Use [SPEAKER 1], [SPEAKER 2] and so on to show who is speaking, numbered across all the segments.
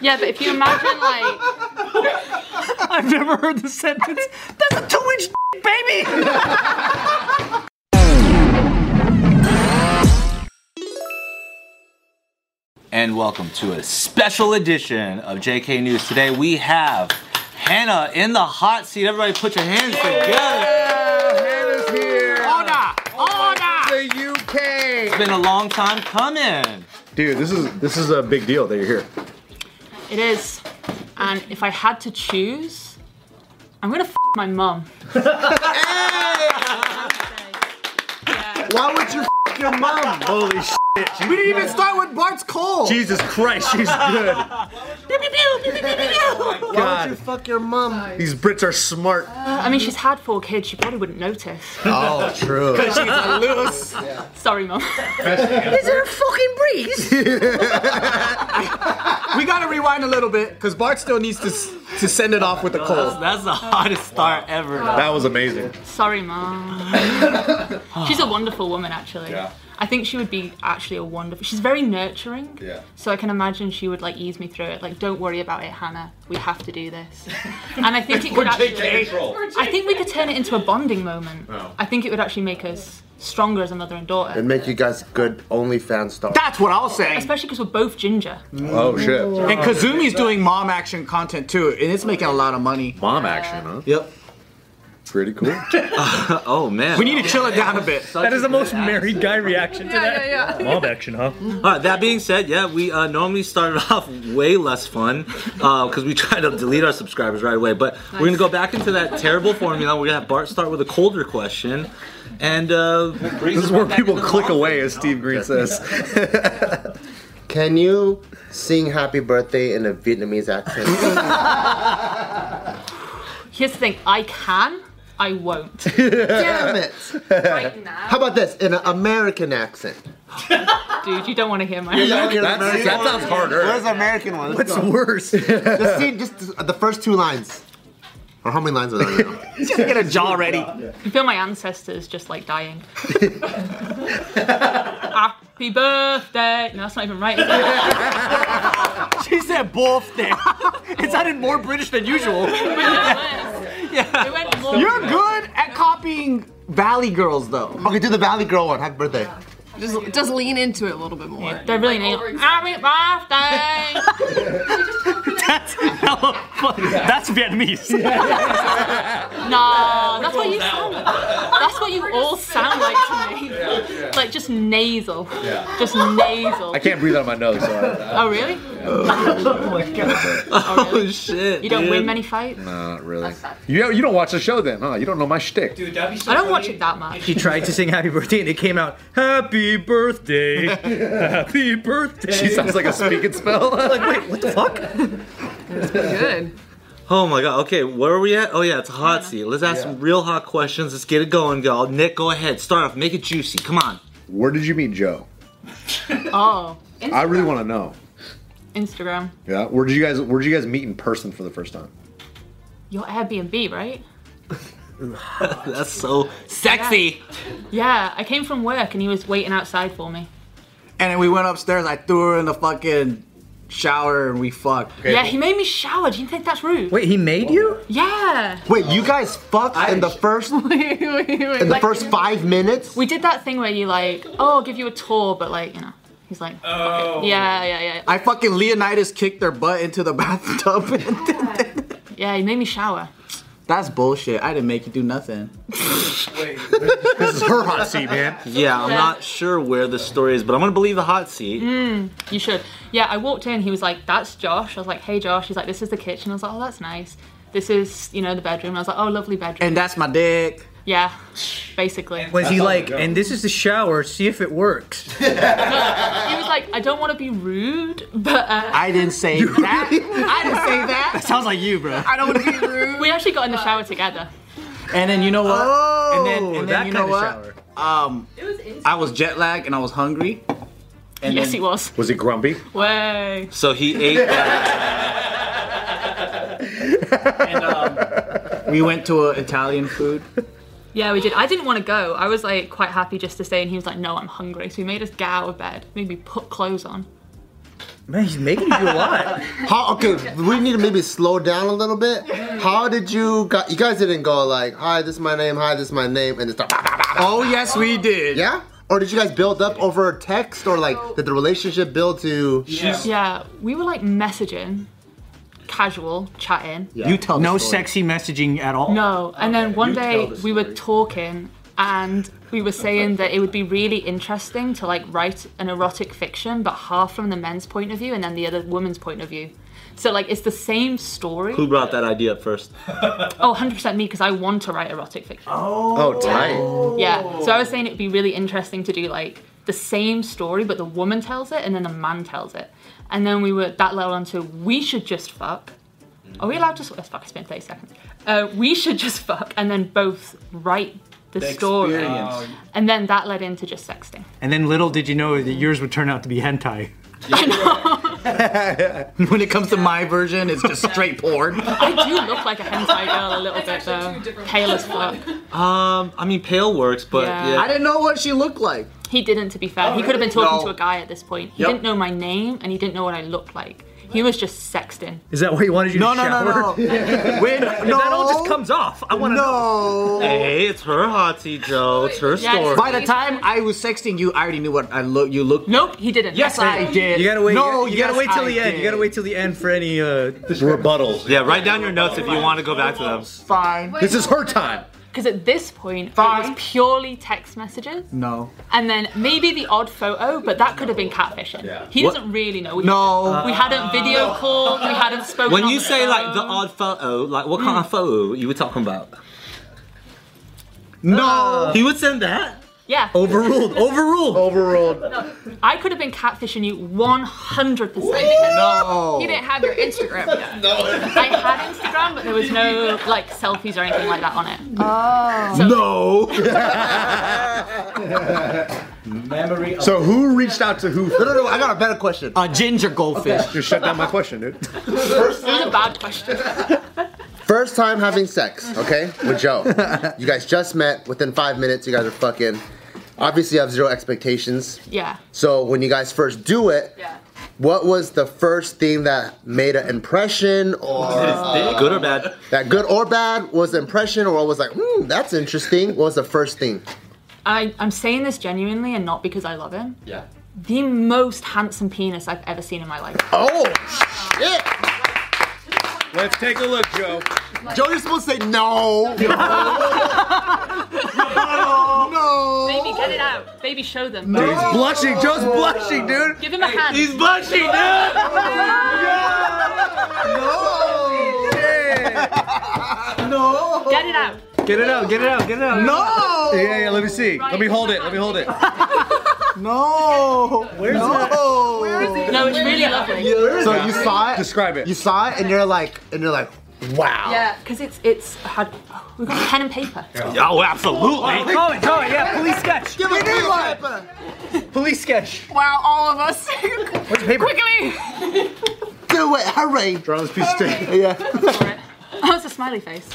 [SPEAKER 1] Yeah, but if you imagine like
[SPEAKER 2] I've never heard the sentence. That's a two-inch baby. and welcome to a special edition of JK News. Today we have Hannah in the hot seat. Everybody, put your hands together.
[SPEAKER 3] Hannah's here. The
[SPEAKER 2] It's
[SPEAKER 3] UK.
[SPEAKER 2] been a long time coming.
[SPEAKER 3] Dude, this is this is a big deal that you're here.
[SPEAKER 1] it is, and if I had to choose, I'm gonna f- my mum.
[SPEAKER 3] Why would you f- your mom? Holy shit. We didn't even start with Bart's Cole. Jesus Christ, she's good.
[SPEAKER 4] Why would you fuck your mom?
[SPEAKER 3] These Brits are smart.
[SPEAKER 1] I mean, she's had four kids. She probably wouldn't notice.
[SPEAKER 3] Oh, true.
[SPEAKER 1] Sorry, mum.
[SPEAKER 4] We gotta rewind a little bit, because Bart still needs to s- to send it off with the cold.
[SPEAKER 2] That's the hottest start ever.
[SPEAKER 3] That was amazing.
[SPEAKER 1] Sorry, mum. she's a wonderful woman, actually.
[SPEAKER 3] Yeah.
[SPEAKER 1] I think she would be actually a wonderful. She's very nurturing.
[SPEAKER 3] Yeah.
[SPEAKER 1] So I can imagine she would like ease me through it. Like, don't worry about it, Hannah. We have to do this. And I think it could actually. I think we could turn it into a bonding moment. I think it would actually make us stronger as a mother and daughter.
[SPEAKER 4] And make you guys good OnlyFans stars.
[SPEAKER 5] That's what I was saying.
[SPEAKER 1] Especially because we're both ginger.
[SPEAKER 3] Oh shit.
[SPEAKER 5] And Kazumi's doing mom action content too, and it's making a lot of money.
[SPEAKER 3] Mom action, huh?
[SPEAKER 5] Yep.
[SPEAKER 3] Pretty cool.
[SPEAKER 2] Oh man.
[SPEAKER 5] We need to chill it down a bit.
[SPEAKER 2] that is the most
[SPEAKER 6] married guy reaction to that.
[SPEAKER 1] yeah,
[SPEAKER 6] Mob action, huh?
[SPEAKER 2] All right, that being said, yeah, we uh, normally started off way less fun because we tried to delete our subscribers right away. But we're going to go back into that terrible formula. We're going to have Bart start with a colder question. And uh,
[SPEAKER 3] This is where people click away, as Steve Green says.
[SPEAKER 4] Can you sing happy birthday in a Vietnamese accent?
[SPEAKER 1] Here's the thing I can, I won't.
[SPEAKER 4] Damn it!
[SPEAKER 1] right now.
[SPEAKER 4] How about this? In an American accent.
[SPEAKER 1] Dude, you don't want to hear my.
[SPEAKER 3] That's, that sounds harder.
[SPEAKER 4] Where's the American one? Let's
[SPEAKER 3] It's
[SPEAKER 4] go.
[SPEAKER 3] worse.
[SPEAKER 4] Just see just the first two lines. Or how many lines are there now?
[SPEAKER 5] Get a jaw ready.
[SPEAKER 1] I feel my ancestors just like dying. Happy birthday! No, that's not even right. is it?
[SPEAKER 5] She said both there. It sounded more British than usual.
[SPEAKER 1] We went long.
[SPEAKER 5] You're good at copying Valley girls though.
[SPEAKER 4] Okay, do the Valley Girl one. Happy birthday.
[SPEAKER 7] Just, just lean into it a little bit more.
[SPEAKER 1] They're really neat. Happy birthday!
[SPEAKER 6] That's hella funny. That's Vietnamese.
[SPEAKER 1] No, that's what you sound like. That's what you all sound like to me. Like just nasal. Just nasal.
[SPEAKER 3] I can't breathe out my nose. So I,
[SPEAKER 1] Oh really? Oh
[SPEAKER 2] oh
[SPEAKER 1] really?
[SPEAKER 2] shit,
[SPEAKER 1] You don't
[SPEAKER 2] dude.
[SPEAKER 1] win many fights?
[SPEAKER 3] not really. You you don't watch the show then, huh? You don't know my shtick.
[SPEAKER 1] I don't watch it that much.
[SPEAKER 6] She tried to sing happy birthday and it came out, happy birthday, happy birthday.
[SPEAKER 3] She sounds like a speak and spell.
[SPEAKER 6] like, wait, what the fuck?
[SPEAKER 7] Good.
[SPEAKER 2] Oh my god. Okay, where are we at? Oh yeah, it's a hot seat. Let's ask some real hot questions. Let's get it going, y'all. Nick, go ahead. Start off. Make it juicy. Come on.
[SPEAKER 3] Where did you meet Joe?
[SPEAKER 1] Oh,
[SPEAKER 3] I really want to know.
[SPEAKER 1] Instagram.
[SPEAKER 3] Yeah. Where did you guys Where did you guys meet in person for the first time?
[SPEAKER 1] Your Airbnb, right?
[SPEAKER 2] That's so sexy.
[SPEAKER 1] Yeah, I came from work and he was waiting outside for me.
[SPEAKER 5] And then we went upstairs. I threw her in the fucking shower and we fucked.
[SPEAKER 1] Yeah, he made me shower. Do you think that's rude?
[SPEAKER 6] Wait, he made you?
[SPEAKER 1] Yeah.
[SPEAKER 4] Wait, you guys fucked in the first in
[SPEAKER 7] Wait, wait, wait.
[SPEAKER 4] the first five minutes?
[SPEAKER 1] We did that thing where you like, oh, I'll give you a tour, but like, you know, he's like, oh. yeah, yeah, yeah,
[SPEAKER 5] I fucking Leonidas kicked their butt into the bathtub.
[SPEAKER 1] yeah. He made me shower.
[SPEAKER 5] That's bullshit. I didn't make you do nothing.
[SPEAKER 3] This is her hot seat, man.
[SPEAKER 2] Yeah, I'm not sure where the story is, but I'm gonna believe the hot seat.
[SPEAKER 1] You should. Yeah, I walked in. He was like, that's Josh. I was like, hey, Josh. He's like, this is the kitchen. I was like, oh, that's nice. This is, you know, the bedroom. I was like, oh, lovely bedroom.
[SPEAKER 5] And that's my dick.
[SPEAKER 1] yeah, basically.
[SPEAKER 6] Was he like, and this is the shower, see if it works.
[SPEAKER 1] he was like, I don't want to be rude, but uh,
[SPEAKER 5] I didn't say that. I didn't say that.
[SPEAKER 6] Sounds like you, bro.
[SPEAKER 5] I don't want to be rude.
[SPEAKER 1] we actually got in the shower together.
[SPEAKER 5] And then you know what?
[SPEAKER 4] Oh,
[SPEAKER 5] and then, and then you know what? Um, I was jet lagged and I was hungry. And
[SPEAKER 1] Yes,
[SPEAKER 5] then-
[SPEAKER 1] he was.
[SPEAKER 3] Was he grumpy?
[SPEAKER 1] Way.
[SPEAKER 2] So he ate
[SPEAKER 5] And, um, we went to a Italian food.
[SPEAKER 1] Yeah, we did. I didn't want to go. I was like quite happy just to stay, and he was like, "No, I'm hungry." So he made us get out of bed, made me put clothes on.
[SPEAKER 6] Man, he's making you do a lot.
[SPEAKER 4] How, okay, we need to maybe slow down a little bit. How did you got? You guys didn't go like, "Hi, this is my name. Hi, this is my name," and it's like,
[SPEAKER 5] Oh yes, we did.
[SPEAKER 4] yeah. Or did you guys build up over text, or like did the relationship build to?
[SPEAKER 1] Yeah, we were like messaging, casual, chatting.
[SPEAKER 5] You tell
[SPEAKER 8] No sexy messaging at all.
[SPEAKER 1] No, and then one
[SPEAKER 2] You
[SPEAKER 1] day
[SPEAKER 2] tell the
[SPEAKER 1] we were
[SPEAKER 2] story.
[SPEAKER 1] talking and we were saying that it would be really interesting to like write an erotic fiction, but half from the men's point of view and then the other woman's point of view. So like it's the same story.
[SPEAKER 2] Who brought that idea up first?
[SPEAKER 1] Oh, 100% me because I want to write erotic fiction.
[SPEAKER 4] Oh, tight.
[SPEAKER 1] Yeah. So I was saying it'd be really interesting to do like the same story, but the woman tells it and then the man tells it. And then we were that led on to we should just fuck. Are we allowed to? Let's fuck. It's been thirty seconds. Uh, we should just fuck, and then both write the, story,
[SPEAKER 5] Experience.
[SPEAKER 1] and then that led into just sexting.
[SPEAKER 8] And then little did you know that yours would turn out to be hentai.
[SPEAKER 5] When it comes to my version, it's just straight porn.
[SPEAKER 1] I do look like a hentai girl a little bit though, pale as fuck.
[SPEAKER 2] Um, I mean, pale works, but
[SPEAKER 1] Yeah.
[SPEAKER 2] yeah.
[SPEAKER 5] I didn't know what she looked like.
[SPEAKER 1] He didn't, to be fair. he could have been talking
[SPEAKER 5] Oh, No.
[SPEAKER 1] to a guy at this point. He
[SPEAKER 5] Yep.
[SPEAKER 1] didn't know my name, and he didn't know what I looked like. He was just sexting.
[SPEAKER 6] Is that why he wanted you
[SPEAKER 5] No,
[SPEAKER 6] to
[SPEAKER 5] no,
[SPEAKER 6] shower?
[SPEAKER 5] no, no. When, no,
[SPEAKER 6] That all just comes off. I want to know.
[SPEAKER 5] no.
[SPEAKER 2] Hey, it's her hot tea, Joe. It's her
[SPEAKER 1] Yeah, it's
[SPEAKER 2] story.
[SPEAKER 5] By the time I was sexting you, I already knew what I look. You looked.
[SPEAKER 1] Nope, he didn't.
[SPEAKER 5] Yes, I did.
[SPEAKER 6] You gotta wait.
[SPEAKER 5] No,
[SPEAKER 6] you, gotta
[SPEAKER 5] yes,
[SPEAKER 6] wait till
[SPEAKER 5] I
[SPEAKER 6] the end.
[SPEAKER 5] did.
[SPEAKER 6] You gotta wait till the end for any. uh
[SPEAKER 4] Rebuttals.
[SPEAKER 2] Yeah, write down your notes if you want to go back to them.
[SPEAKER 5] Fine.
[SPEAKER 6] This is her time.
[SPEAKER 1] Because at this point, it
[SPEAKER 5] Fine.
[SPEAKER 1] was purely text messages,
[SPEAKER 5] No.
[SPEAKER 1] and then maybe the odd photo, but that could have been catfishing. He doesn't really know.
[SPEAKER 5] No.
[SPEAKER 1] we hadn't video called. We hadn't spoken.
[SPEAKER 2] When
[SPEAKER 1] on
[SPEAKER 2] you
[SPEAKER 1] the
[SPEAKER 2] say like the
[SPEAKER 1] phone.
[SPEAKER 2] odd photo, like what kind of photo you were talking about?
[SPEAKER 5] no.
[SPEAKER 2] He would send that.
[SPEAKER 1] yeah,
[SPEAKER 2] Oh.
[SPEAKER 6] Overruled. Overruled.
[SPEAKER 4] Overruled.
[SPEAKER 1] I could have been catfishing you 100. percent
[SPEAKER 5] no.
[SPEAKER 7] You didn't have your Instagram yet.
[SPEAKER 1] I had Instagram, but there was no like selfies or anything like that on it.
[SPEAKER 5] No.
[SPEAKER 3] So who reached out to who?
[SPEAKER 4] No, no, no. I got a better question.
[SPEAKER 5] A ginger goldfish.
[SPEAKER 3] Just shut down my question, dude.
[SPEAKER 1] It was a bad question.
[SPEAKER 4] First time having sex, okay, with Joe. You guys just met. Within five minutes, you guys are fucking. Obviously, you have zero expectations.
[SPEAKER 1] Yeah.
[SPEAKER 4] So when you guys first do it,
[SPEAKER 1] Yeah.
[SPEAKER 4] what was the first thing that made an impression, or
[SPEAKER 2] Good or bad?
[SPEAKER 4] that good or bad was the impression, or was like, hmm, that's interesting? What was the first thing?
[SPEAKER 1] I, I'm saying this genuinely and not because I love him.
[SPEAKER 2] Yeah.
[SPEAKER 1] The most handsome penis I've ever seen in my life.
[SPEAKER 4] Oh, shit!
[SPEAKER 6] Let's take a look, Joe.
[SPEAKER 4] Joe, you're supposed to say no. no.
[SPEAKER 1] Baby, get it out. Baby, show them.
[SPEAKER 6] He's blushing. Joe's blushing, dude.
[SPEAKER 1] Give him a hand.
[SPEAKER 2] He's blushing, dude.
[SPEAKER 1] Get it out.
[SPEAKER 6] Get it out. Get it out. Get it out.
[SPEAKER 5] No.
[SPEAKER 6] Yeah, yeah. Let me see. Let me hold it. Let me hold it.
[SPEAKER 5] No. Where's no.
[SPEAKER 1] No, it's really lovely.
[SPEAKER 4] So you saw it.
[SPEAKER 6] Describe it.
[SPEAKER 4] You saw it, and you're like, and you're like, wow.
[SPEAKER 7] Yeah.
[SPEAKER 1] Because it's it's had we've got pen and paper.
[SPEAKER 2] Oh, absolutely.
[SPEAKER 6] Oh, it, oh, yeah. Police sketch.
[SPEAKER 4] Give it a one.
[SPEAKER 6] Police sketch.
[SPEAKER 7] Wow, all of us.
[SPEAKER 6] What's the paper?
[SPEAKER 7] Quickly.
[SPEAKER 4] Do it. Hooray.
[SPEAKER 3] Draw this piece of tape.
[SPEAKER 4] Yeah.
[SPEAKER 1] Oh, it's a smiley face.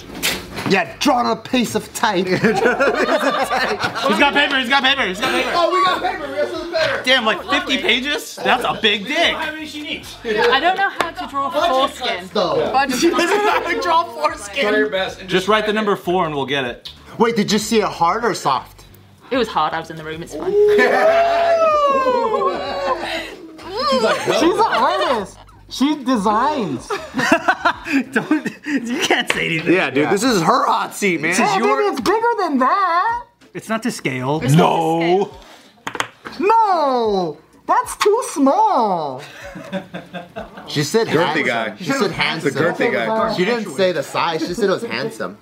[SPEAKER 4] Yeah, draw on a piece of tape.
[SPEAKER 2] He's got paper. He's got paper. He's got paper.
[SPEAKER 4] oh, we got paper. We got something better.
[SPEAKER 2] Damn, like 50 pages? That's a big dick.
[SPEAKER 1] I don't know how to draw foreskin.
[SPEAKER 4] So,
[SPEAKER 7] Draw foreskin.
[SPEAKER 2] Just write the number four and we'll get it.
[SPEAKER 4] wait, did you see it hard or soft?
[SPEAKER 1] It was hard. I was in the room. It's fine.
[SPEAKER 4] She's an artist. She designs.
[SPEAKER 6] Don't. You can't say anything.
[SPEAKER 5] Yeah, dude, this is her hot seat, man.
[SPEAKER 6] It's your.
[SPEAKER 4] it's bigger than that.
[SPEAKER 8] It's not to scale.
[SPEAKER 2] No.
[SPEAKER 4] No, that's too small. She said handsome.
[SPEAKER 6] Girthy guy.
[SPEAKER 4] She said
[SPEAKER 6] The
[SPEAKER 4] handsome.
[SPEAKER 6] girthy guy.
[SPEAKER 4] She didn't say the size. She said it was handsome.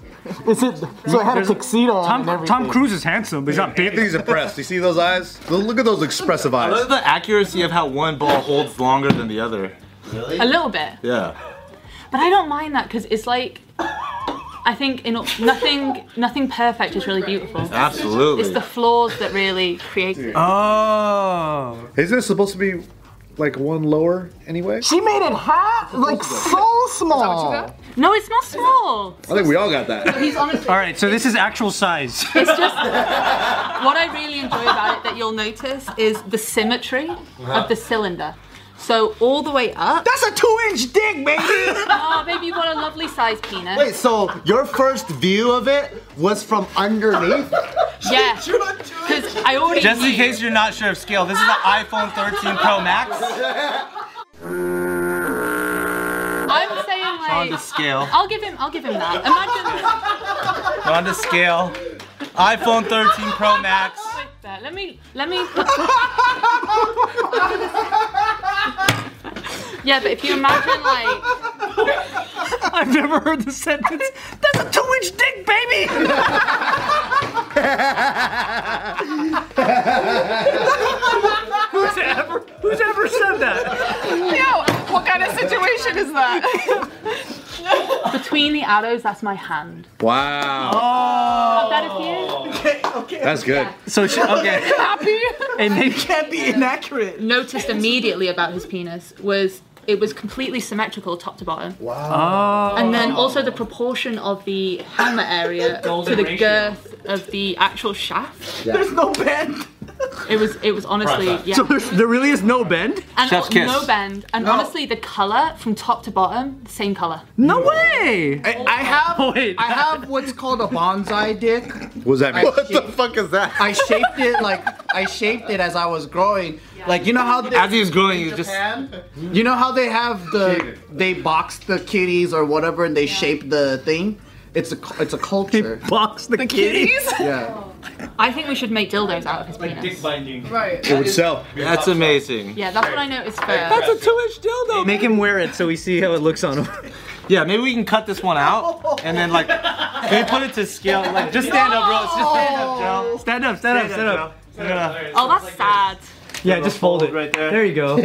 [SPEAKER 8] So I had a tuxedo Tom, Tom Cruise is handsome, but he's not big.
[SPEAKER 6] Anthony's impressed. You see those eyes? Look at those expressive
[SPEAKER 2] I
[SPEAKER 6] eyes.
[SPEAKER 2] love the accuracy of how one ball holds longer than the other.
[SPEAKER 1] A little bit,
[SPEAKER 2] Yeah.
[SPEAKER 1] but I don't mind that because it's like I think in nothing nothing perfect is really beautiful. It's the
[SPEAKER 2] Absolutely.
[SPEAKER 1] flaws that really create. it.
[SPEAKER 8] Oh.
[SPEAKER 6] Is this supposed to be like one lower anyway?
[SPEAKER 4] She made it hot, like so small.
[SPEAKER 1] No, it's not small.
[SPEAKER 6] I think we all got that.
[SPEAKER 1] He's honestly.
[SPEAKER 8] All right, so this is actual size.
[SPEAKER 1] It's just what I really enjoy about it that you'll notice is the symmetry of the cylinder. So all the way up.
[SPEAKER 3] That's a two-inch dick, baby.
[SPEAKER 1] oh, baby, you got a lovely sized penis.
[SPEAKER 4] Wait, so your first view of it was from underneath?
[SPEAKER 1] yeah. Because I already.
[SPEAKER 9] Just in
[SPEAKER 1] knew.
[SPEAKER 9] case you're not sure of scale, this is the iPhone 13 Pro Max.
[SPEAKER 1] I'm saying like.
[SPEAKER 9] On the scale.
[SPEAKER 1] I'll give him. I'll give him that. Imagine.
[SPEAKER 9] On the scale. iPhone 13 Pro Max.
[SPEAKER 1] Wait there, Let me. Let me. yeah, but if you imagine like.
[SPEAKER 8] I've never heard the sentence. That's a two-inch dick, baby. who's ever who's ever said that?
[SPEAKER 7] Yo, what kind of situation is that?
[SPEAKER 1] Between the arrows, that's my hand.
[SPEAKER 6] Wow.
[SPEAKER 1] Not Oh, that of you?
[SPEAKER 6] That's good. Oh. So she, okay.
[SPEAKER 8] And they,
[SPEAKER 3] Can't be inaccurate.
[SPEAKER 1] Noticed immediately about his penis was it was completely symmetrical top to bottom.
[SPEAKER 6] Oh.
[SPEAKER 1] And then also the proportion of the helmet area to the girth of the actual shaft.
[SPEAKER 3] There's no bend.
[SPEAKER 1] It was it was honestly yeah.
[SPEAKER 8] so there's, there really is no bend.
[SPEAKER 1] and
[SPEAKER 9] Chef's kiss.
[SPEAKER 1] no bend. And honestly the colour from top to bottom, same colour.
[SPEAKER 8] No way.
[SPEAKER 5] I, I have
[SPEAKER 8] Wait.
[SPEAKER 5] I have what's called a bonsai dick.
[SPEAKER 4] What does that
[SPEAKER 5] mean?
[SPEAKER 4] What the fuck is that?
[SPEAKER 5] I shaped it like I shaped it as I was growing. Like you know how they,
[SPEAKER 9] As he was growing, he was just.
[SPEAKER 5] Japan, you know how they have the they box the kitties or whatever and they shape the thing. It's a it's a culture.
[SPEAKER 8] Box the, kitty.
[SPEAKER 5] Yeah.
[SPEAKER 1] I think we should make dildos out of his penis.
[SPEAKER 9] binding.
[SPEAKER 7] right.
[SPEAKER 6] It would sell.
[SPEAKER 2] That's amazing.
[SPEAKER 1] Yeah, that's what I noticed first.
[SPEAKER 2] That's a two-inch dildo.
[SPEAKER 6] Make him wear it so we see how it looks on him.
[SPEAKER 2] Yeah, maybe we can cut this one out and then like can we put it to scale? Like just stand up, bro. Just stand up, Joe.
[SPEAKER 6] Stand up, stand up, stand up.
[SPEAKER 1] Oh that's sad.
[SPEAKER 6] Yeah, just fold it.
[SPEAKER 9] right
[SPEAKER 6] There you go.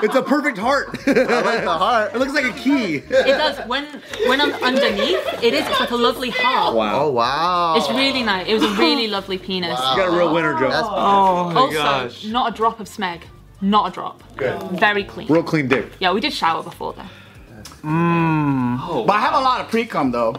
[SPEAKER 4] It's a perfect heart. I like the heart. It looks like a key.
[SPEAKER 1] It does when when I'm underneath, it is it's like a lovely heart.
[SPEAKER 4] Oh wow.
[SPEAKER 1] It's really nice. It was a really lovely penis.
[SPEAKER 6] Got a real winner, Joe.
[SPEAKER 4] That's
[SPEAKER 1] also, not a drop of smeg. Not a drop. Good. Very clean.
[SPEAKER 6] real clean dick.
[SPEAKER 1] Yeah, we did shower before that.
[SPEAKER 5] But I have a lot of pre cum though.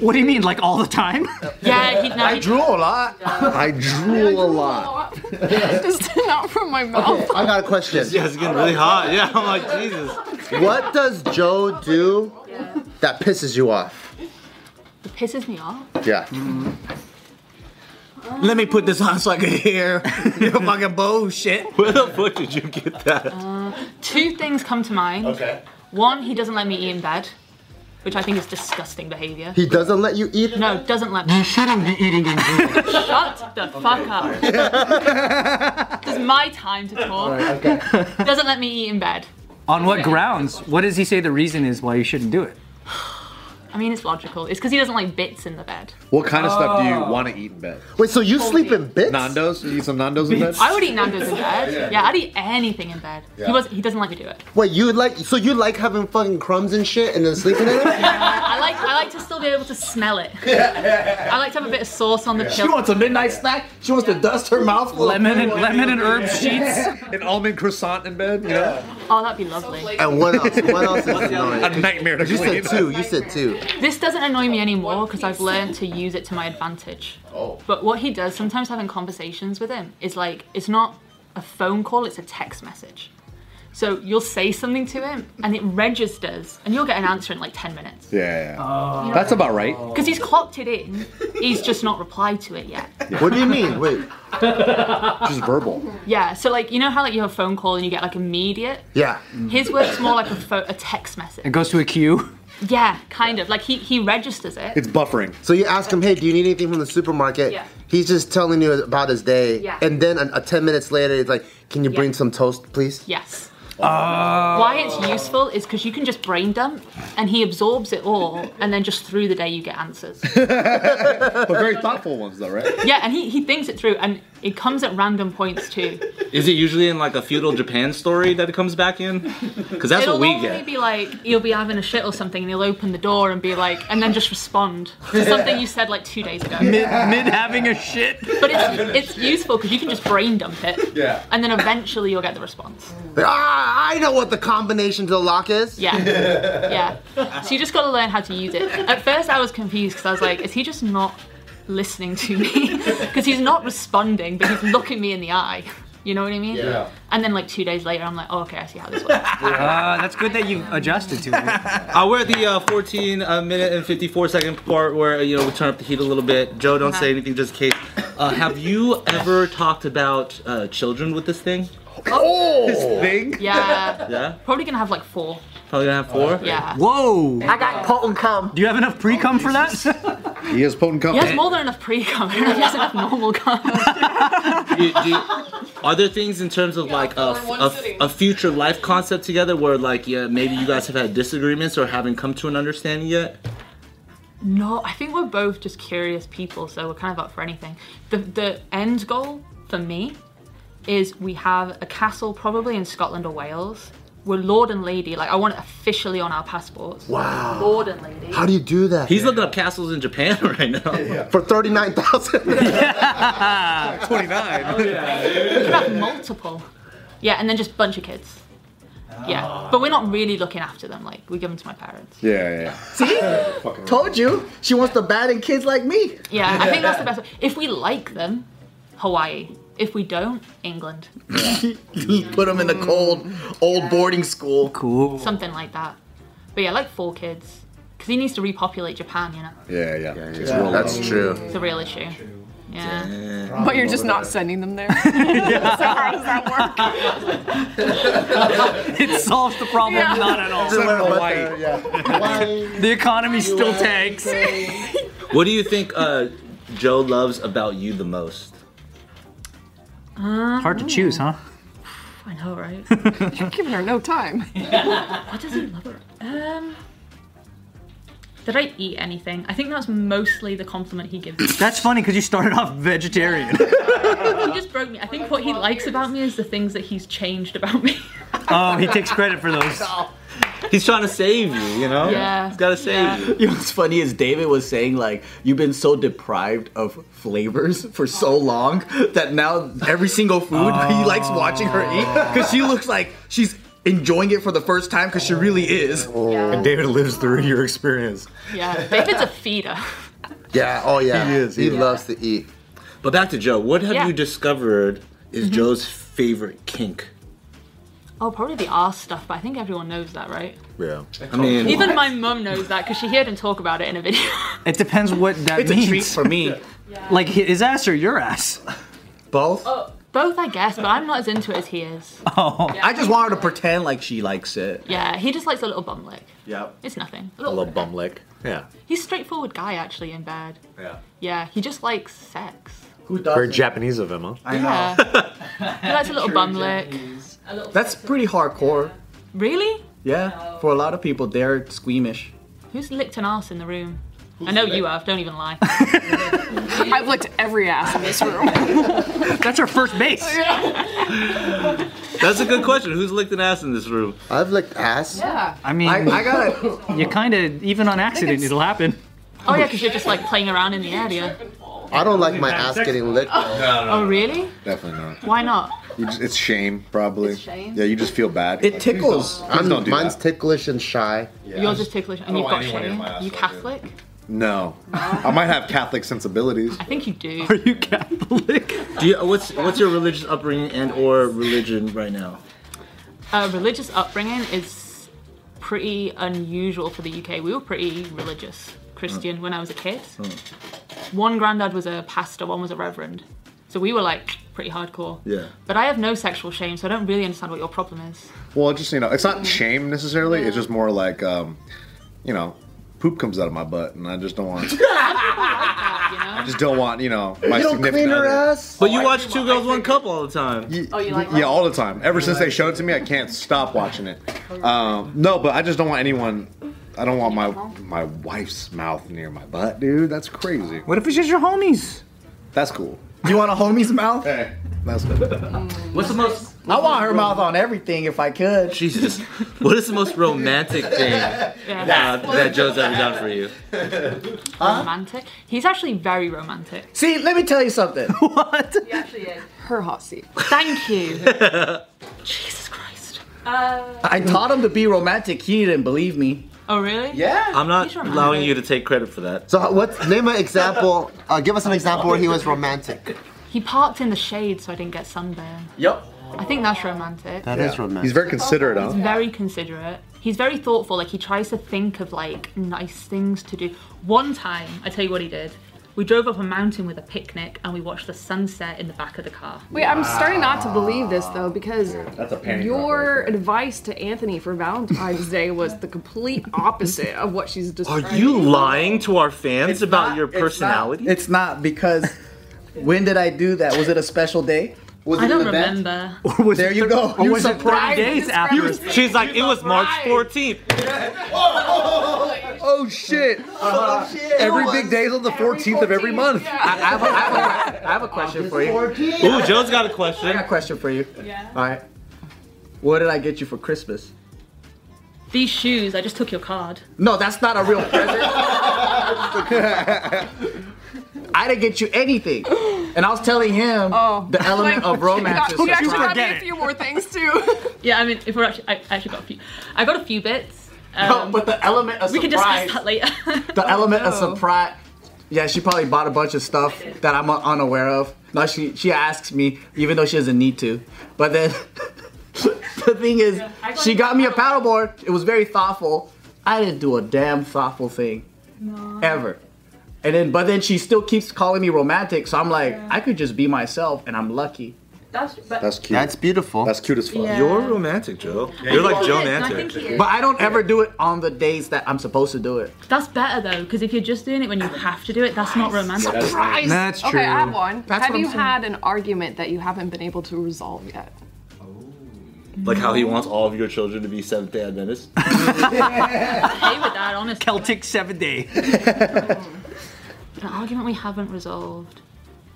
[SPEAKER 8] What do you mean, like all the time?
[SPEAKER 1] Yeah, he, no,
[SPEAKER 5] I
[SPEAKER 1] he-
[SPEAKER 5] drool a lot.
[SPEAKER 4] I drool a lot.
[SPEAKER 7] Just not from my mouth.
[SPEAKER 4] Okay, I got a question.
[SPEAKER 2] Yeah, it's getting really hot. Yeah, I'm like, Jesus.
[SPEAKER 4] What does Joe do that pisses you off?
[SPEAKER 1] it pisses me off.
[SPEAKER 4] Yeah.
[SPEAKER 5] Let me put this on so I can hear your fucking bullshit.
[SPEAKER 2] Where the fuck did you get that?
[SPEAKER 1] Two things come to mind.
[SPEAKER 4] Okay.
[SPEAKER 1] One, he doesn't let me eat in bed, which I think is disgusting behavior.
[SPEAKER 4] He doesn't let you eat.
[SPEAKER 1] No, doesn't let me. You shouldn't be eating in bed. Shut the fuck up. this is my time to talk. Doesn't let me eat in bed.
[SPEAKER 6] On what grounds? What does he say the reason is why you shouldn't do it?
[SPEAKER 1] I mean, it's logical. It's because he doesn't like bits in the bed.
[SPEAKER 10] What kind of stuff do you want to eat in bed?
[SPEAKER 4] Wait, so you sleep in bits?
[SPEAKER 10] Nando's? You eat some Nando's in bed?
[SPEAKER 1] I would eat Nando's in bed. Yeah, I'd eat anything in bed. He was. He doesn't let me do it.
[SPEAKER 4] Wait, you like so you like having fucking crumbs and shit and then sleeping in it?
[SPEAKER 1] I like I like to still be able to smell it. I like to have a bit of sauce on the
[SPEAKER 5] She
[SPEAKER 1] pillow.
[SPEAKER 5] wants a midnight snack. She wants to dust her mouth full of
[SPEAKER 6] Lemon and lemon and herb sheets.
[SPEAKER 10] An almond croissant in bed? Yeah.
[SPEAKER 1] Oh, that'd be lovely.
[SPEAKER 4] And what else? What else is annoying?
[SPEAKER 10] A nightmare to
[SPEAKER 4] You
[SPEAKER 10] clean.
[SPEAKER 4] said two. You said two.
[SPEAKER 1] This doesn't annoy me anymore because I've learned to use it to my advantage. Oh. But what he does sometimes having conversations with him is like it's not a phone call, it's a text message. So you'll say something to him and it registers and you'll get an answer in like 10 minutes.
[SPEAKER 10] Yeah. That's about right.
[SPEAKER 1] Because he's clocked it in, he's just not replied to it yet.
[SPEAKER 4] What do you mean? Wait.
[SPEAKER 10] Just verbal.
[SPEAKER 1] Yeah, so like you know how like you have a phone call and you get like immediate?
[SPEAKER 4] Yeah.
[SPEAKER 1] His works more like a, pho- a text message.
[SPEAKER 6] It goes to a queue.
[SPEAKER 1] Yeah, kind of. Like he, he registers it.
[SPEAKER 10] It's buffering.
[SPEAKER 4] So you ask him, hey, do you need anything from the supermarket?
[SPEAKER 1] Yeah.
[SPEAKER 4] He's just telling you about his day,
[SPEAKER 1] Yeah.
[SPEAKER 4] and then a, a ten minutes later, he's like, "Can you bring
[SPEAKER 1] Yeah.
[SPEAKER 4] some toast, please?"
[SPEAKER 1] Yes.
[SPEAKER 6] Uh,
[SPEAKER 1] Why it's useful is because you can just brain dump and he absorbs it all and then just through the day you get answers.
[SPEAKER 10] But very thoughtful ones, though, right?
[SPEAKER 1] Yeah, and he, he thinks it through and it comes at random points too.
[SPEAKER 2] Is it usually in like a feudal Japan story that it comes back in? Because that's
[SPEAKER 1] It'll
[SPEAKER 2] what we
[SPEAKER 1] normally
[SPEAKER 2] get.
[SPEAKER 1] be like you'll be having a shit or something and he'll open the door and be like and then just respond to something you said like two days ago.
[SPEAKER 6] Mid, mid having a shit.
[SPEAKER 1] But it's it's useful because you can just brain dump it.
[SPEAKER 10] Yeah.
[SPEAKER 1] And then eventually you'll get the response.
[SPEAKER 4] Like, ah, I know what the combination to the lock is.
[SPEAKER 1] Yeah. Yeah. So you just gotta learn how to use it. At first I was confused because I was like, is he just not listening to me? Because he's not responding, but he's looking me in the eye. You know what I mean?
[SPEAKER 6] Yeah.
[SPEAKER 1] And then like two days later, I'm like, oh, okay, I see how this works.
[SPEAKER 2] Uh, that's good that you adjusted to it. uh, we're at the uh, 14 uh, minute and 54 second part where you know we turn up the heat a little bit. Joe, don't
[SPEAKER 1] Uh-huh.
[SPEAKER 2] say anything just in case. Uh, have you ever talked about uh, children with this thing?
[SPEAKER 1] oh,
[SPEAKER 2] This thing?
[SPEAKER 1] Yeah.
[SPEAKER 2] Yeah,
[SPEAKER 1] Probably gonna have like four.
[SPEAKER 2] probably gonna have four.
[SPEAKER 1] great. Yeah.
[SPEAKER 2] Whoa.
[SPEAKER 1] I got potent cum.
[SPEAKER 2] Do you have enough pre cum for that?
[SPEAKER 10] He has potent
[SPEAKER 1] He
[SPEAKER 10] cum.
[SPEAKER 1] has more than enough pre cum. I don't know if he has enough normal cum.
[SPEAKER 2] Do you- do you- are there things in terms of like
[SPEAKER 1] in
[SPEAKER 2] a,
[SPEAKER 1] one
[SPEAKER 2] a-
[SPEAKER 1] sitting.
[SPEAKER 2] a future life concept together where like yeah maybe you guys have had disagreements or haven't come to an understanding yet?
[SPEAKER 1] No, I think we're both just curious people, so we're kind of up for anything. The the end goal for me is we have a castle probably in Scotland or Wales. We're lord and lady. Like I want it officially on our passports.
[SPEAKER 4] Wow.
[SPEAKER 1] Lord and lady.
[SPEAKER 4] How do you do that?
[SPEAKER 2] He's looking up castles in Japan right now.
[SPEAKER 4] For thirty-nine thousand.
[SPEAKER 2] Twenty nine.
[SPEAKER 1] We could have multiple. Yeah, and then just bunch of kids. Yeah, but we're not really looking after them. Like we give them to my parents.
[SPEAKER 10] Yeah, yeah.
[SPEAKER 5] See? Told you. She wants to bat in kids like me.
[SPEAKER 1] Yeah, I think that's the best. If we like them, Hawaii. If we don't, England.
[SPEAKER 5] Put them in the cold, old boarding school.
[SPEAKER 2] Cool.
[SPEAKER 1] Something like that. But yeah, like four kids. Because he needs to repopulate Japan, you know?
[SPEAKER 10] Yeah, yeah. Just
[SPEAKER 4] yeah.
[SPEAKER 10] roll
[SPEAKER 4] That's
[SPEAKER 10] out.
[SPEAKER 4] true.
[SPEAKER 1] It's a real issue. Yeah.
[SPEAKER 7] But you're just not sending them there. So how does that work?
[SPEAKER 6] it solves the problem
[SPEAKER 7] Yeah.
[SPEAKER 6] not at all.
[SPEAKER 7] Send them up
[SPEAKER 6] Hawaii.
[SPEAKER 7] there,
[SPEAKER 6] the economy still tanks.
[SPEAKER 2] What do you think uh, Joe loves about you the most?
[SPEAKER 1] Um,
[SPEAKER 6] Hard to choose, huh?
[SPEAKER 1] I know, right?
[SPEAKER 7] You're giving her no time.
[SPEAKER 1] what does he love? Um, did I eat anything? I think that's mostly the compliment he gives me.
[SPEAKER 6] That's funny because you started off vegetarian.
[SPEAKER 1] he just broke me. I think what he likes about me is the things that he's changed about me.
[SPEAKER 6] oh, he takes credit for those.
[SPEAKER 2] He's trying to save you, you know?
[SPEAKER 1] Yeah. He's gotta save Yeah. you.
[SPEAKER 5] You know what's funny is David was saying like you've been so deprived of flavors for so long that now every single food he likes watching her eat because she looks like she's enjoying it for the first time because she really is.
[SPEAKER 1] And
[SPEAKER 3] Oh, David lives through your experience.
[SPEAKER 1] Yeah, David's a feeder.
[SPEAKER 4] Yeah. Oh yeah. He is. He
[SPEAKER 1] Yeah.
[SPEAKER 4] loves to eat.
[SPEAKER 2] But back to Joe. What have
[SPEAKER 1] Yeah.
[SPEAKER 2] you discovered is
[SPEAKER 5] Mm-hmm.
[SPEAKER 2] Joe's favorite kink?
[SPEAKER 1] Oh, probably the ass stuff, but I think everyone knows that, right?
[SPEAKER 2] Yeah. I mean,
[SPEAKER 1] Even my mum knows that because she heard him talk about it in a video.
[SPEAKER 6] It depends what that
[SPEAKER 1] It's a
[SPEAKER 6] means.
[SPEAKER 1] treat
[SPEAKER 6] for me. Like his ass or your ass?
[SPEAKER 5] Both.
[SPEAKER 1] Both, I guess, but I'm not as into it as he is.
[SPEAKER 6] Oh.
[SPEAKER 5] I just want her to pretend like she likes it.
[SPEAKER 1] Yeah, he just likes a little bum lick.
[SPEAKER 5] Yep.
[SPEAKER 1] It's nothing. A
[SPEAKER 5] A
[SPEAKER 1] little-
[SPEAKER 5] little bum lick. Yeah.
[SPEAKER 1] He's a straightforward guy, actually, in bed.
[SPEAKER 3] Yeah.
[SPEAKER 1] Yeah, he just likes sex.
[SPEAKER 5] Who
[SPEAKER 3] Very Japanese of him, huh?
[SPEAKER 5] I
[SPEAKER 1] Yeah. he likes a little
[SPEAKER 5] True
[SPEAKER 1] bum lick.
[SPEAKER 5] That's pretty hardcore.
[SPEAKER 1] Really?
[SPEAKER 5] Yeah. For a lot of people, they're squeamish.
[SPEAKER 1] Who's licked an ass in the room? I know you have, don't even lie.
[SPEAKER 7] I've licked every ass in this room.
[SPEAKER 6] That's our first base.
[SPEAKER 2] that's a good question. Who's licked an ass in this room?
[SPEAKER 4] I've licked ass.
[SPEAKER 7] Yeah.
[SPEAKER 6] I mean,
[SPEAKER 4] I- I
[SPEAKER 6] got You kind of, even on accident, it'll happen.
[SPEAKER 1] Oh, yeah, because you're just like playing around in the area.
[SPEAKER 4] I don't like my ass getting licked.
[SPEAKER 1] Oh, really?
[SPEAKER 10] Definitely not.
[SPEAKER 1] Why not?
[SPEAKER 10] You just, it's shame, probably.
[SPEAKER 1] shame?
[SPEAKER 10] Yeah, you just feel bad. It
[SPEAKER 5] tickles.
[SPEAKER 10] Please don't do
[SPEAKER 4] mine's
[SPEAKER 10] that.
[SPEAKER 4] ticklish and shy.
[SPEAKER 1] Yours is ticklish and
[SPEAKER 10] I
[SPEAKER 1] you've
[SPEAKER 10] don't
[SPEAKER 1] got
[SPEAKER 10] want anyone in
[SPEAKER 1] shame.
[SPEAKER 10] my ass
[SPEAKER 1] You
[SPEAKER 10] like
[SPEAKER 1] Catholic?
[SPEAKER 10] No. I might have Catholic sensibilities.
[SPEAKER 1] I think you do.
[SPEAKER 6] Are you Catholic?
[SPEAKER 2] Do you, what's what's your religious upbringing and or religion right now?
[SPEAKER 1] Uh, religious upbringing is pretty unusual for the UK. We were pretty religious
[SPEAKER 10] Mm.
[SPEAKER 1] Christian when I was a kid. One granddad was a pastor, one was a reverend. So we were like pretty hardcore.
[SPEAKER 10] Yeah.
[SPEAKER 1] But I have no sexual shame, so I don't really understand what your problem is.
[SPEAKER 10] Well, just you know, it's not shame necessarily. It's just more like, um, you know, poop comes out of my butt, and I just don't want. I just don't want you know my
[SPEAKER 2] You don't
[SPEAKER 10] significant
[SPEAKER 2] clean her
[SPEAKER 10] other-
[SPEAKER 2] ass?
[SPEAKER 5] Oh,
[SPEAKER 2] But you watch Two Girls One Cup all the time.
[SPEAKER 10] oh, you like yeah, all the time. Ever since they showed it to me, I can't stop watching it. Um, no, but I just don't want anyone. I don't want my my wife's mouth near my butt, dude. That's crazy.
[SPEAKER 6] What if it's just your homies?
[SPEAKER 10] That's cool.
[SPEAKER 5] You want a homie's mouth?
[SPEAKER 10] Hey, that's good.
[SPEAKER 2] What's the most?
[SPEAKER 5] I want her mouth on everything if I could.
[SPEAKER 2] Jesus. What is the most romantic thing uh, that Joe's ever done for you?
[SPEAKER 1] Romantic. He's actually very romantic.
[SPEAKER 5] See, let me tell you something.
[SPEAKER 6] what?
[SPEAKER 7] He actually is. Her hot seat.
[SPEAKER 1] Thank you. Jesus Christ. Uh,
[SPEAKER 5] I taught him to be romantic. He didn't believe me.
[SPEAKER 1] oh, really?
[SPEAKER 2] I'm not
[SPEAKER 1] He's romantic.
[SPEAKER 2] allowing you to take credit for that.
[SPEAKER 4] So what's name an example? Uh, give us an example where he was romantic.
[SPEAKER 1] He parked in the shade so I didn't get sunburn.
[SPEAKER 5] Yep.
[SPEAKER 1] I think that's romantic. That
[SPEAKER 4] That is
[SPEAKER 1] is
[SPEAKER 4] romantic.
[SPEAKER 10] He's very considerate, huh?
[SPEAKER 1] He's very considerate. He's very thoughtful. Like he tries to think of like nice things to do. One time, I tell you what he did. We drove up a mountain with a picnic and we watched the sunset in the back of the car.
[SPEAKER 7] Wait, I'm starting not to believe this though because
[SPEAKER 1] That's a panic
[SPEAKER 7] your advice to Anthony for Valentine's Day was the complete opposite of what she's
[SPEAKER 2] Are
[SPEAKER 7] describing.
[SPEAKER 2] you lying to our fans about your personality?
[SPEAKER 5] It's not because when did I do that? Was it a special day? Was
[SPEAKER 1] I don't remember.
[SPEAKER 5] there you go.
[SPEAKER 6] Oh,
[SPEAKER 1] or
[SPEAKER 5] you
[SPEAKER 1] was it
[SPEAKER 5] surprised
[SPEAKER 1] three days
[SPEAKER 5] me.
[SPEAKER 1] after?
[SPEAKER 5] You-
[SPEAKER 2] She's like, it was March 14th.
[SPEAKER 10] Oh shit!
[SPEAKER 5] Uh-huh.
[SPEAKER 10] Every big day is on the 14th of every month.
[SPEAKER 5] Oh, I, I have a, I have a- I have a question for you.
[SPEAKER 2] Ooh, Joe's got a question.
[SPEAKER 5] I got a question for you. Yeah. All right. What did I get you for Christmas?
[SPEAKER 1] These shoes, I just took your card.
[SPEAKER 5] No, that's not a real present. I didn't get you anything. And I was telling him the element of romance is
[SPEAKER 7] Oh. You actually
[SPEAKER 5] surprise.
[SPEAKER 7] got me a few more things too.
[SPEAKER 1] Yeah, I mean, if we're actually, I I actually got a few. I got a few bits. um,
[SPEAKER 5] No, but the element of
[SPEAKER 1] we can discuss
[SPEAKER 5] surprise-
[SPEAKER 1] that later.
[SPEAKER 5] The element of surprise. Yeah, she probably bought a bunch of stuff that I'm unaware of. Now she she asks me, even though she doesn't need to. But then the thing is, she got me a paddleboard. It was very thoughtful. I didn't do a damn thoughtful thing ever. And then, but then she still keeps calling me romantic. So I'm like, I could just be myself, and I'm lucky.
[SPEAKER 1] That's, but
[SPEAKER 5] cute. That's
[SPEAKER 4] beautiful.
[SPEAKER 5] That's cute as fuck.
[SPEAKER 1] Yeah.
[SPEAKER 2] You're romantic, Joe. You're like Joe Mantic.
[SPEAKER 5] But I don't ever do it on the days that I'm supposed to do it.
[SPEAKER 1] That's better though, because if you're just doing it when you have to do it, that's not romantic.
[SPEAKER 5] Yeah, that's Surprise! That's true.
[SPEAKER 7] Okay, I have one.
[SPEAKER 5] That's
[SPEAKER 7] have
[SPEAKER 5] what I'm
[SPEAKER 7] you
[SPEAKER 5] saying.
[SPEAKER 7] had an argument that you haven't been able to resolve yet?
[SPEAKER 2] Like how he wants all of your children to be Seventh Day Adventists.
[SPEAKER 1] okay with that, honestly.
[SPEAKER 6] Celtic seven day.
[SPEAKER 1] An argument we haven't resolved,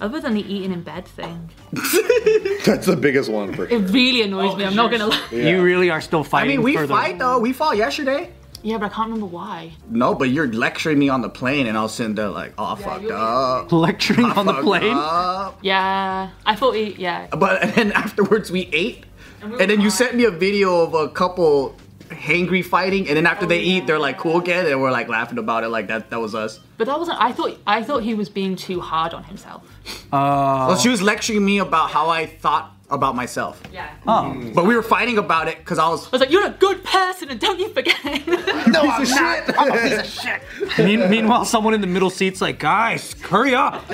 [SPEAKER 1] other than the eating in bed thing.
[SPEAKER 10] That's the biggest one for
[SPEAKER 1] It really annoys
[SPEAKER 5] Oh,
[SPEAKER 1] me. I'm not gonna lie.
[SPEAKER 6] You really are still
[SPEAKER 5] I
[SPEAKER 6] fighting.
[SPEAKER 5] mean, we
[SPEAKER 6] for the-
[SPEAKER 5] fight though. We fought yesterday.
[SPEAKER 1] Yeah, but I can't remember why.
[SPEAKER 5] No, but you're lecturing me on the plane, and I was sitting there like, oh, I fucked up.
[SPEAKER 6] Lecturing
[SPEAKER 2] Oh,
[SPEAKER 5] on the plane? Up.
[SPEAKER 1] Yeah, I thought we. Yeah.
[SPEAKER 5] But and then afterwards we ate, and, then you sent me a video of a couple hangry fighting, and then after they eat, they're like cool again, and we're like laughing about it, like that that was us.
[SPEAKER 1] But that wasn't. I thought. I thought he was being too hard on himself.
[SPEAKER 5] So she was lecturing me about how I thought about myself.
[SPEAKER 1] Yeah.
[SPEAKER 5] Oh. But we were fighting about it because I was. I
[SPEAKER 1] was like, you're a good person, and don't you forget it.
[SPEAKER 5] no, I'm not. I'm a piece of
[SPEAKER 1] shit.
[SPEAKER 6] Mean- meanwhile, someone in the middle seat's like, guys, hurry up.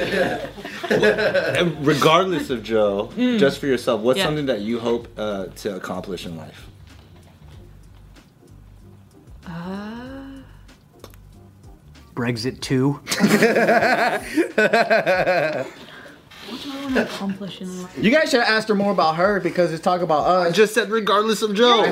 [SPEAKER 2] And Regardless of Joe,
[SPEAKER 6] Mm.
[SPEAKER 2] just for yourself, what's
[SPEAKER 6] Yeah.
[SPEAKER 2] something that you hope uh, to accomplish in life?
[SPEAKER 1] Uh,
[SPEAKER 6] Brexit 2.
[SPEAKER 1] what do I want to accomplish in life?
[SPEAKER 5] You guys should have asked her more about her because it's talk about us. I
[SPEAKER 2] just said regardless of Joe.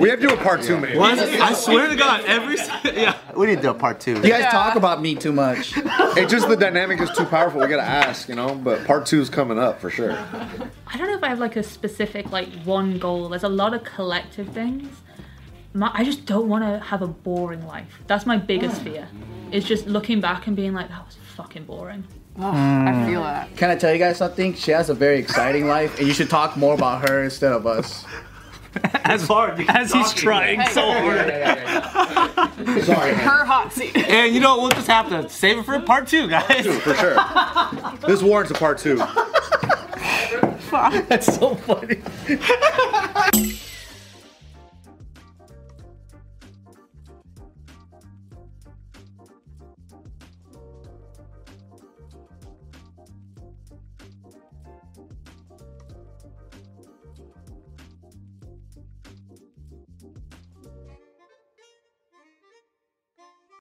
[SPEAKER 10] We have to do a part two, man.
[SPEAKER 2] What? I swear to God, every yeah.
[SPEAKER 4] We need to do a part two.
[SPEAKER 5] You guys talk about me too much.
[SPEAKER 10] It just the dynamic is too powerful. We gotta ask, you know. But part two is coming up for sure.
[SPEAKER 1] I don't know if I have like a specific like one goal. There's a lot of collective things. My, I just don't want to have a boring life. That's my biggest fear. Is just looking back and being like, that was fucking boring.
[SPEAKER 5] Mm.
[SPEAKER 7] I feel that.
[SPEAKER 5] Can I tell you guys something? She has a very exciting life, and you should talk more about her instead of us.
[SPEAKER 6] As hard as he's trying so hard.
[SPEAKER 7] Her hot seat.
[SPEAKER 2] And you know, we'll just have to save it for part two, guys.
[SPEAKER 10] For sure. This warrants a part two.
[SPEAKER 2] That's so funny.